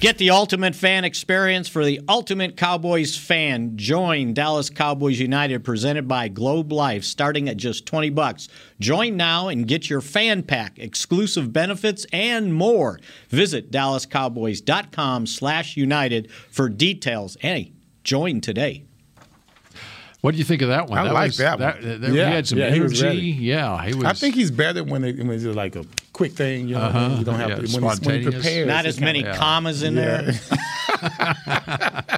Get the ultimate fan experience for the ultimate Cowboys fan. Join Dallas Cowboys United presented by Globe Life starting at just 20 bucks. Join now and get your fan pack, exclusive benefits and more. Visit dallascowboys.com/united for details. Hey, join today.
What do you think of that one?
I like that one. Yeah,
he had some
yeah, he
energy.
was ready.
yeah, he was.
I think he's better when it, when it's just like a quick thing. You know, what I mean?
Uh-huh.
you don't have
Yeah,
to when it's when he
spontaneous.
prepares.
Not
it
as
kinda-
many
yeah.
commas in
Yeah.
there.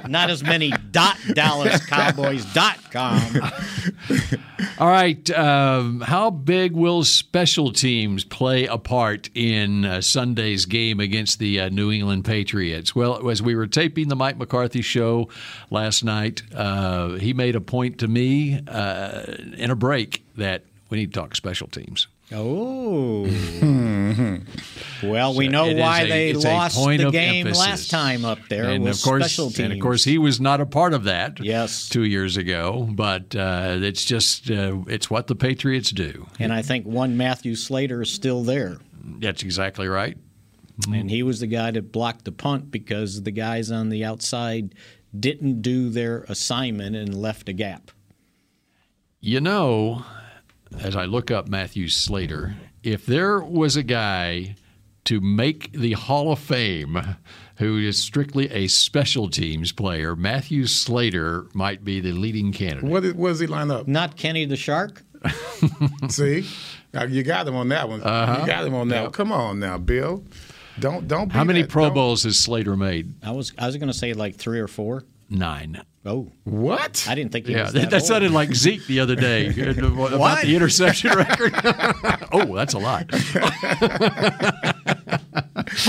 Not as many dot dallascowboys.com.
All right. Um, how big will special teams play a part in uh, Sunday's game against the uh, New England Patriots? Well, as we were taping the Mike McCarthy show last night, uh, he made a point to me uh, in a break that we need to talk special teams.
Oh. well, we know
It is
why
a-
they
it's a
lost
point
the
of
game
emphasis.
last time up there
and
was
of course,
special teams.
And of course, he was not a part of that.
Yes.
two years ago, but uh, it's just uh, it's what the Patriots do.
and I think one Matthew Slater is still there.
That's exactly right.
And he was the guy that blocked the punt because the guys on the outside didn't do their assignment and left a gap.
You know, as I look up Matthew Slater, if there was a guy to make the Hall of Fame who is strictly a special teams player, Matthew Slater might be the leading candidate.
What is, what does he line up?
Not Kenny the Shark?
Uh-huh. See, Now, you got him on that one. You got him on that. one. Come on now, Bill. Don't don't.
How
be
many
that-
Pro
don't-
Bowls has Slater made?
I was I was going to say like three or four.
Nine.
Oh,
what?
I didn't think he
Yeah,
was
that,
that,
that
old.
sounded like Zeke the other day uh, about
What?
the interception record. oh, that's a lot.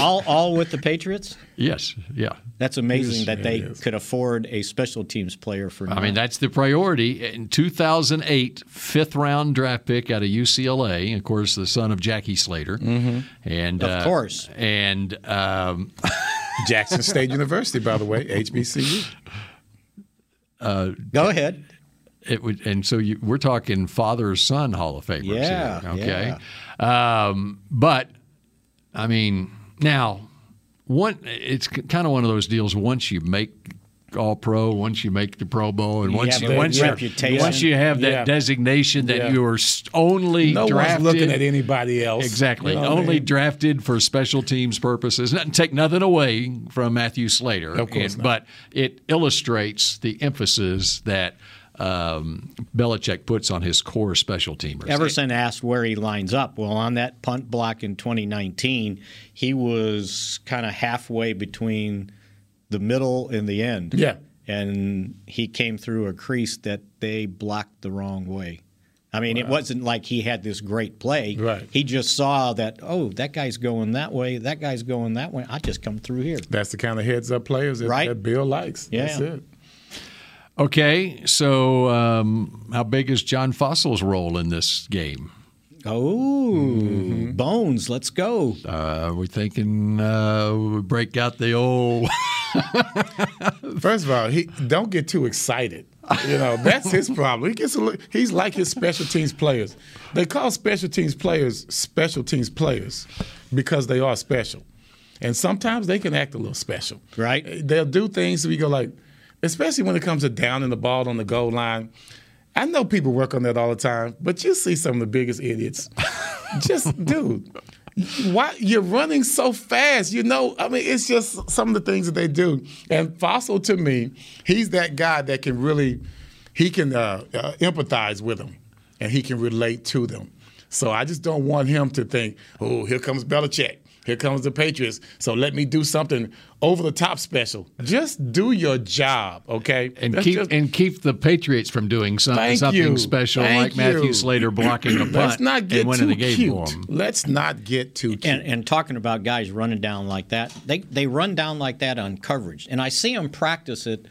all all with the Patriots.
Yes, yeah.
That's amazing that they
Yes.
could afford a special teams player for.
I mean,
nine.
that's the priority. In 2008, fifth round draft pick out of UCLA, of course, the son of Jackie Slater,
Mm-hmm.
and uh,
Of course.
and um,
Jackson State University, by the way, HBCU.
Uh,
Go ahead.
It would, and so you, we're talking father son Hall of Famers.
Yeah,
here, okay. Um, but I mean, now one, it's kind of one of those deals. Once you make All Pro, once you make the Pro Bowl, and
You
once
have
you,
that
once, you're-
reputation.
once you have that
Yeah.
designation that
Yeah.
you are s- only
No
drafted,
one's looking at anybody else.
Exactly.
You know what I
Only
mean?
drafted for special teams purposes. Not take nothing away from Matthew Slater,
Of course not.
but it illustrates the emphasis that um, Belichick puts on his core special teamers.
Everson asked where he lines up. Well, on that punt block in 2019, he was kind of halfway between the middle and the end.
Yeah.
And he came through a crease that they blocked the wrong way. I mean, it wasn't like he had this great play. Right. He just saw that, oh, that guy's going that way, that guy's going that way. I just come through here.
That's the kind of heads up players that,
Right.
that Bill likes.
Yeah.
That's it.
Okay, so um, how big is John Fossil's role in this game?
Oh, bones! Let's go.
Uh, we're thinking uh, we break out the old.
First of all, he don't get too excited. You know that's his problem. He gets a li- he's like his special teams players. They call special teams players special teams players because they are special, and sometimes they can act a little special. Right? They'll do things we go like, especially when it comes to downing the ball on the goal line. I know people work on that all the time, but you see some of the biggest idiots. just dude, why you're running so fast? You know, I mean, it's just some of the things that they do. And Fossil to me, he's that guy that can really, he can uh, uh, empathize with them, and he can relate to them. So I just don't want him to think, oh, here comes Belichick. Here comes the Patriots. So let me do something over the top special. Just do your job, okay?
And
That's
keep
just-
and keep the Patriots from doing something
Thank
something
you.
special
Thank
like Matthew
you.
Slater blocking a punt
Let's not get
and winning
too
the game for
cute.
him.
Let's not get too cute.
And, and talking about guys running down like that, they they run down like that on coverage, and I see them practice it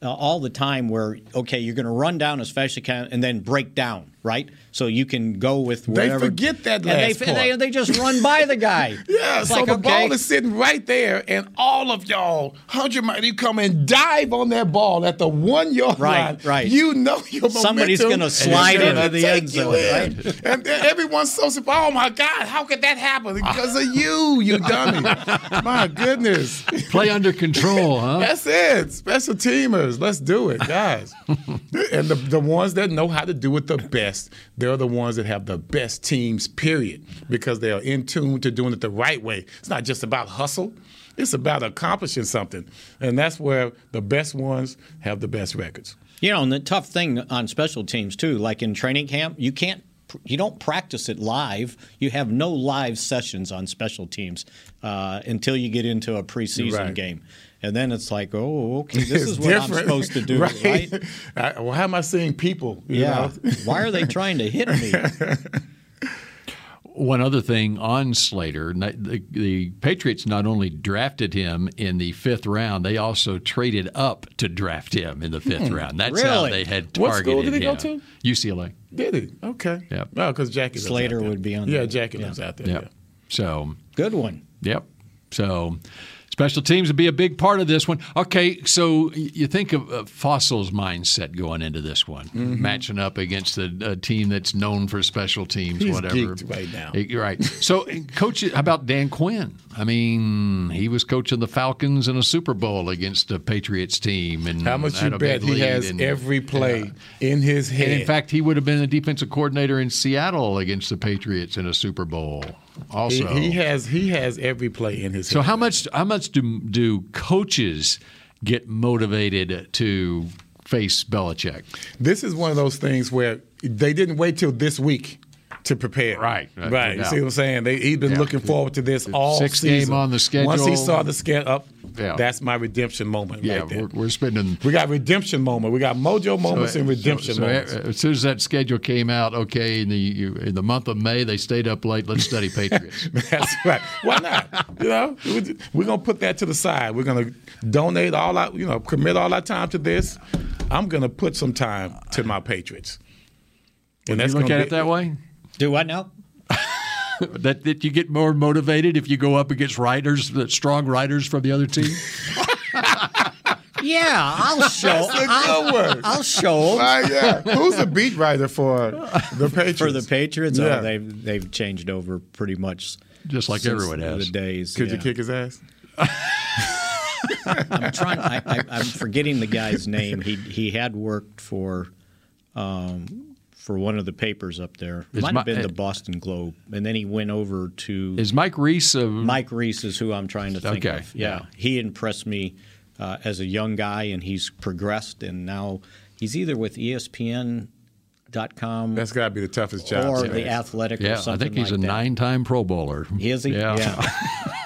uh, all the time. Where okay, you're going to run down as fast as you can, and then break down, right? So you can go with
They
whatever.
forget that
and they,
last
and they
part.
they just run by the guy.
Yeah,
It's
so
like,
the
okay.
ball is sitting right there, and all of y'all, hundred miles, you come and dive on that ball at the one yard
Right,
line.
right.
You know your momentum.
Somebody's gonna
is
slide
gonna
into the
take
end
you
zone,
in. and then everyone's so surprised. Oh my God, how could that happen? Because of you, you dummy. my goodness.
Play under control, huh?
That's it. Special teamers. Let's do it, guys. and the, the ones that know how to do it the best, they're the ones that have the best teams, period, because they are in tune to doing it the right way. It's not just about hustle, it's about accomplishing something. And that's where the best ones have the best records.
You know, and the tough thing on special teams too, like in training camp, you can't, you don't practice it live. You have no live sessions on special teams uh, until you get into a preseason
Right.
game, and then it's like, oh, okay, this
It's
is what I'm
different,
supposed to do, right?
I, well, how am I seeing people? you
Yeah.
know?
Why are they trying to hit me?
One other thing on Slater, not- the, the Patriots not only drafted him in the fifth round, they also traded up to draft him in the fifth
Hmm,
round. That's how
really?
they had targeted
What school did he go
him. UCLA.
Did he? Okay.
Yep.
Oh, because Jackie lives out
Slater
there.
would be on
Yeah,
there.
Jackie
Yeah.
lives out there.
Yep. So
Good one.
Yep. So special teams would be a big part of this one. Okay, so y- you think of uh, Fossil's mindset going into this one,
Mm-hmm.
matching up against a, a team that's known for special teams,
He's
whatever.
geeked right now.
Eh, you're Right. So, eh, coach, how about Dan Quinn? I mean, he was coaching the Falcons in a Super Bowl against a Patriots team, and
How much you
had a big
bet he
lead
has
and-
every play in his head?
and in fact, he would have been the defensive coordinator in Seattle against the Patriots in a Super Bowl. Also,
he, he has he has every play in his
So
head.
how much how much do do coaches get motivated to face Belichick?
This is one of those things where they didn't wait till this week to prepare. Right.
uh,
Right. You
no
see what I'm saying? They, he's been
Yeah.
looking forward to this all
Six
season.
game on the schedule.
Once he saw the schedule up,
Yeah.
that's my redemption moment
Yeah,
right there.
we're, we're spending.
We got redemption moment. We got mojo moments and redemption
so, e- so
moments.
As soon as that schedule came out, okay, in the you, in the month of May, they stayed up late. Let's study Patriots.
That's right. Why not? You know, We- we're gonna put that to the side. We're gonna donate all our, you know, commit all our time to this. I'm gonna put some time to my Patriots.
Would you look
gonna
at it that way?
Do what now?
that that you get more motivated if you go up against riders, that strong riders from the other team.
Yeah, I'll show.
That's a good
I'll,
word.
I'll show. 'em.
Right, yeah. Who's the beat writer for the Patriots?
For the Patriots,
Yeah.
oh, they've they've changed over pretty much,
Just like
since
everyone has.
The days.
Could you
yeah.
kick his ass?
I'm trying. I, I, I'm forgetting the guy's name. He he had worked for, um, for one of the papers up there. It
Is
might
my-
have been the Boston Globe, and then he went over to.
Is Mike Reese a
Mike Reese is who I'm trying to think
Okay,
of. Yeah.
yeah.
he impressed me uh, as a young guy, and he's progressed, and now he's either with E ESPN. Dot com
That's got to be the toughest job.
or
to
the
do.
athletic
Yeah,
or
I
something
think he's a
like that.
nine-time Pro Bowler.
Is he?
Yeah.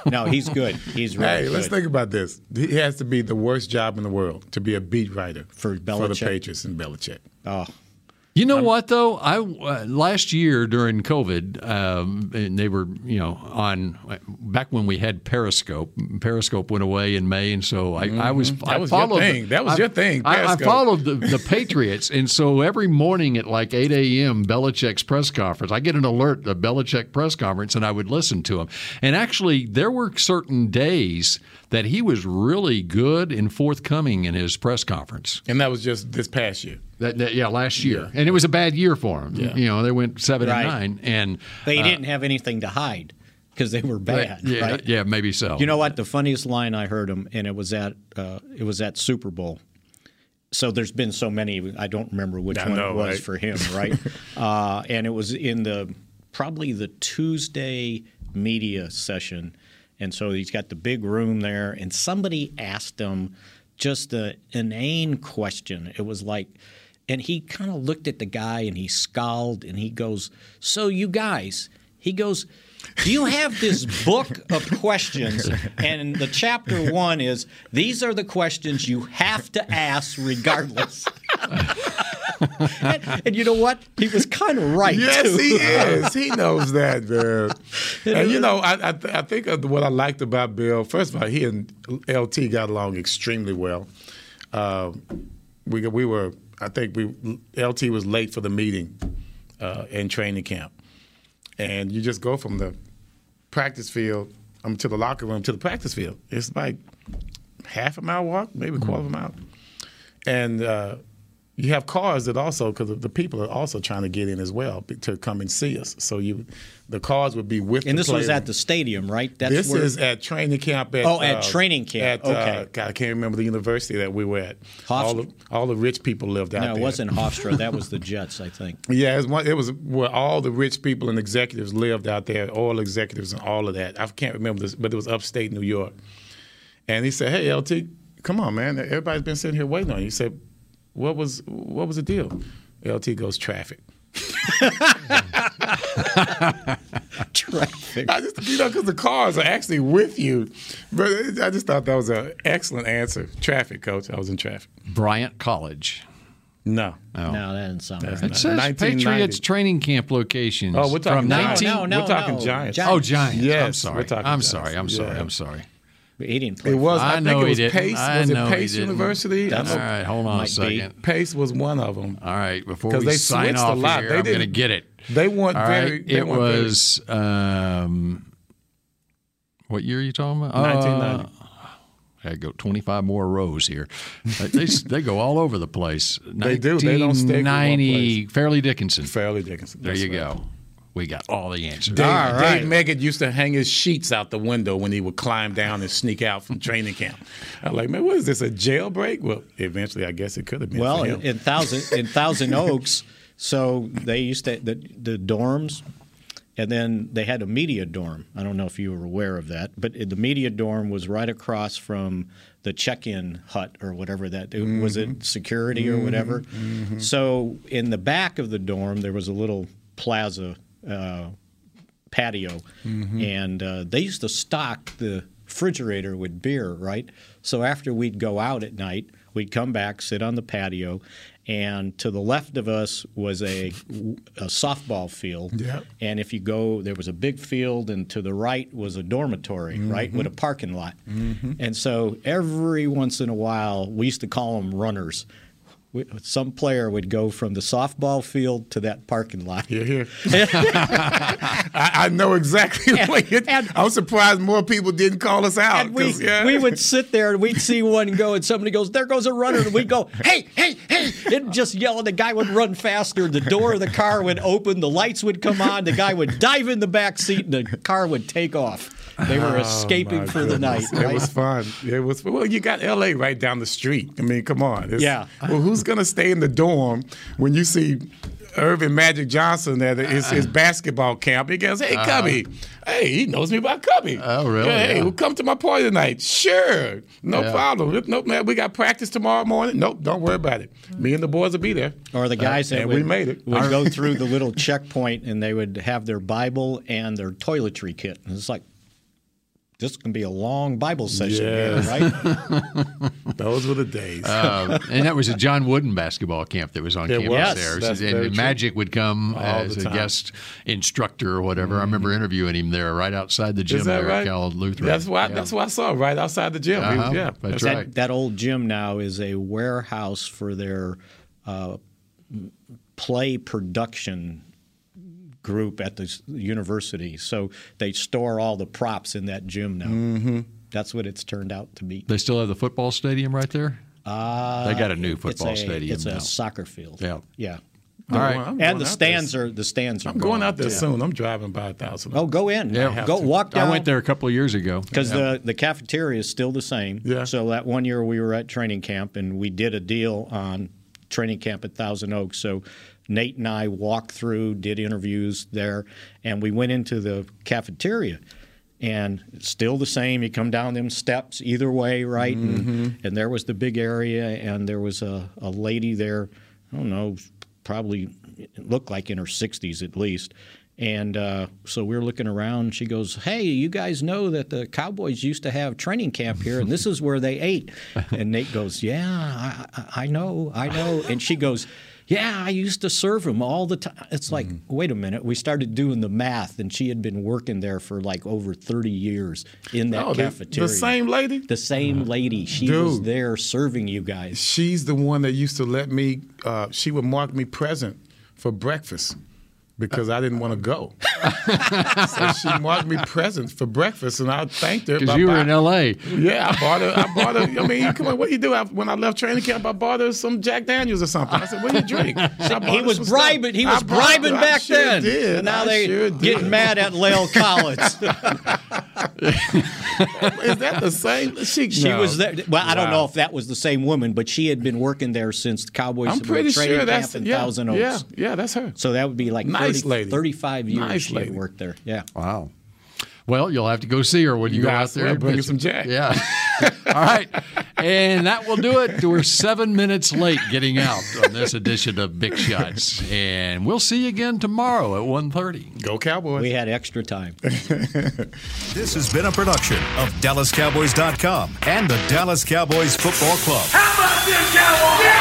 no, he's good. He's really
Hey, let's
good.
think about this. He has to be the worst job in the world to be a beat writer for, for the
Belichick?
Patriots and Belichick.
Oh,
You know what though? I uh, last year during COVID, um, and they were you know on uh, back when we had Periscope. Periscope went away in May, and so I, I was I
was your
followed the-
thing. Mm-hmm. That was
I-
your thing,
I, I
Periscope.
followed the, the Patriots, and so every morning at like eight a.m. Belichick's press conference, I get an alert the Belichick press conference, and I would listen to him. And actually, there were certain days that he was really good and forthcoming in his press conference.
And that was just this past year.
That, that- yeah, last year, and it was a bad year for them.
Yeah.
You know, they went seven
Right.
and nine, and
they
uh,
didn't have anything to hide because they were
they-
bad.
yeah,
right?
yeah, maybe so.
You know what? The funniest line I heard him, and it was at uh, it was at Super Bowl. So there's been so many. I don't remember which
I
one
know,
it was
right?
for him, right? uh, and it was in the probably the Tuesday media session, and so he's got the big room there, and somebody asked him just an inane question. It was like. And he kind of looked at the guy and he scowled and he goes, So, you guys, he goes, Do you have this book of questions? And the chapter one is, These are the questions you have to ask regardless. and, and you know what? He was kind of right.
Yes,
too.
he is. He knows that, man. And you know, I I, th- I think of what I liked about Bill. First of all, he and LT got along extremely well. Uh, we got- we were, I think we LT was late for the meeting uh, in training camp, and you just go from the practice field um, to the locker room to the practice field. It's like half a mile walk, maybe a
Mm-hmm.
quarter of a mile, and. Uh, you have cars that also because the people are also trying to get in as well b- to come and see us. So you, the cars would be with.
And
the
this was
player.
at the stadium, right?
this is at training camp. At, uh,
Oh, at training camp.
At, uh,
Okay.
God, I can't remember the university that we were at. All the, all the rich people lived out
No,
there.
it wasn't Hofstra. That was the Jets, I think.
Yeah, it was, one, it was where all the rich people and executives lived out there, oil executives and all of that. I can't remember this, but it was upstate New York. And he said, "Hey, LT, come on, man. Everybody's been sitting here waiting on you." He said, "What was what was the deal?" LT goes, "Traffic."
Traffic.
I just, you know, because the cars are actually with you. But it- I just thought that was an excellent answer. Traffic, coach. I was in traffic.
Bryant College.
No.
Oh.
No, that didn't sound
That's
right.
not-
It says
1990.
Patriots training camp locations.
Oh, we're talking
from
no,
19
no, no,
We're talking
no.
Giants.
Oh, Giants. I'm
Yes,
sorry.
we're talking
I'm
Giants.
sorry. I'm sorry.
Yeah.
I'm sorry.
He didn't play.
It was. I,
I know
think
he
it was
didn't.
Pace.
I
was it
know he
Pace
didn't.
University? I
All
know
right, hold on a
Might be.
second.
Pace was one of them.
All right, before
'Cause
we
they
sign
switched
off
a lot.
here,
They
I'm going to
didn't-
get it.
They weren't
All
very.
right,
they
it
weren't very-
was um, what year are you talking about?
1990.
Uh, I go 25 more rows here. Uh, they s- they go all over the place.
They do. They don't stick with one
1990, Fairleigh Dickinson.
Fairleigh Dickinson.
There
That's
you
right.
go. We got all the answers.
Dave,
All right.
Dave Meggett used to hang his sheets out the window when he would climb down and sneak out from training camp. I'm like, man, what is this? A jailbreak? Well, eventually, I guess it could have been.
Well,
for
in,
him.
in thousand in Thousand Oaks, so they used to the, the dorms, and then they had a media dorm. I don't know if you were aware of that, but the media dorm was right across from the check-in hut or whatever that it was
Mm-hmm.
it security or whatever. So in the back of the dorm there was a little plaza uh, patio,
Mhm.
and uh, they used to stock the refrigerator with beer, right? So after we'd go out at night, we'd come back, sit on the patio, and to the left of us was a, a softball field.
Yep.
And if you go, there was a big field, and to the right was a dormitory, right,
Mhm.
with a parking lot.
Mhm.
And so every once in a while, we used to call them runners. We, some player would go from the softball field to that parking lot.
Yeah, here. I, I know exactly. what you- I'm surprised more people didn't call us out.
And we,
Oh, 'cause, yeah.
we would sit there and we'd see one go, and somebody goes, There goes a runner. And we'd go, Hey, hey, hey. And just yell, and the guy would run faster. The door of the car would open, the lights would come on, the guy would dive in the back seat, and the car would take off. They were
Oh,
escaping
my
for
goodness.
the night.
It
right?
was fun. It was fun. well. You got L.A. right down the street. I mean, come on. It's-
Yeah.
Well, who's gonna stay in the dorm when you see Irvin Magic Johnson at his, his basketball camp? He goes, "Hey,
Uh-uh. Uh-huh.
Cubby. Hey, he knows me by Cubby. Oh,
really?
hey,
Yeah.
well, come to my party tonight. Sure, no
Yeah.
problem. Nope, man. We got practice tomorrow morning. Nope, don't worry about it. Me and the boys will be there.
Uh-huh.
Or the guys that
Uh, and
would,
we made it.
would go through the little checkpoint and they would have their Bible and their toiletry kit. And it's like, this can be a long Bible session
Yes.
here, right?
Those were the days.
Uh, and that was a John Wooden basketball camp that was on
It
campus
was.
there.
That's
and
very true.
Magic would come
All
as
the
a
time. Mm-hmm.
guest instructor or whatever. I remember interviewing him there right outside the gym
Is that
there
right?
at Cal Lutheran.
That's why.
Yeah.
That's why I saw him right outside the gym. He was-
Uh-huh.
Yeah,
That's
that,
right.
That old gym now is a warehouse for their uh, m- play production group at the s- university. So they store all the props in that gym now. Mm-hmm. That's what it's turned out to be.
They still have the football stadium right there?
Uh,
They got a new
it's
football
a-
stadium
It's
now.
a soccer field.
Yeah.
Yeah.
All right. I'm
and
going
the
out
stands are the stands are.
I'm going out there
too.
soon. I'm driving by a thousand.
Oh, go in.
Yeah. I have
go
to.
walk down.
I went there a couple of years ago.
Because
Yeah.
the, the cafeteria is still the same. Yeah. So that one year we were at training camp and we did a deal on training camp at Thousand Oaks. So Nate and I walked through, did interviews there, and we went into the cafeteria. And it's still the same. You come down them steps either way, right? And, and there was the big area, and there was a, a lady there. I don't know, probably looked like in her 60s at least. And uh, so we're looking around. She goes, Hey, you guys know that the Cowboys used to have training camp here, and this is where they ate. And Nate goes, Yeah, I, I- I know, I know. And she goes, Yeah, I used to serve them all the time. It's like,
Mm-hmm.
wait a minute. We started doing the math, and she had been working there for like over 30 years in that
Oh, the- the
cafeteria.
same lady?
The same lady. She was
Dude.
there serving you guys.
She's the one that used to let me. Uh, she would mark me present for breakfast because I didn't want to go. so she marked me present for breakfast, and I thanked her.
Because
by
you were in
buying-
L.A.
Yeah, I bought her. I bought her. I mean, come on, what do you do? I, when I left training camp, I bought her some Jack Daniels or something. I said, "What do you drink?" I bought
He
her
was
some stuff.
bribing. He
I
was
bought her-
bribing
I
back
sure
then.
Did.
And now
I
they
sure did.
getting mad at Lale Collins.
Is that the same? She,
She
no.
was there. Well, I don't
Wow.
know if that was the same woman, but she had been working there since the Cowboys
I'm
were
pretty
training
sure
camp
that's
in
yeah,
Thousand Oaks.
Yeah, yeah, that's her.
So that would be like
Nice
30
lady.
35 years
Nice
she had
lady.
worked there. Yeah.
Wow. Well, you'll have to go see her when you,
You
go
gotta
out there.
swear,
and
bring her
visit.
some Jack.
Yeah. All right. And that will do it. We're seven minutes late getting out on this edition of Big Shots. And we'll see you again tomorrow at 1.30.
Go Cowboys.
We had extra time.
This has been a production of DallasCowboys.com and the Dallas Cowboys Football Club.
How about this, Cowboys?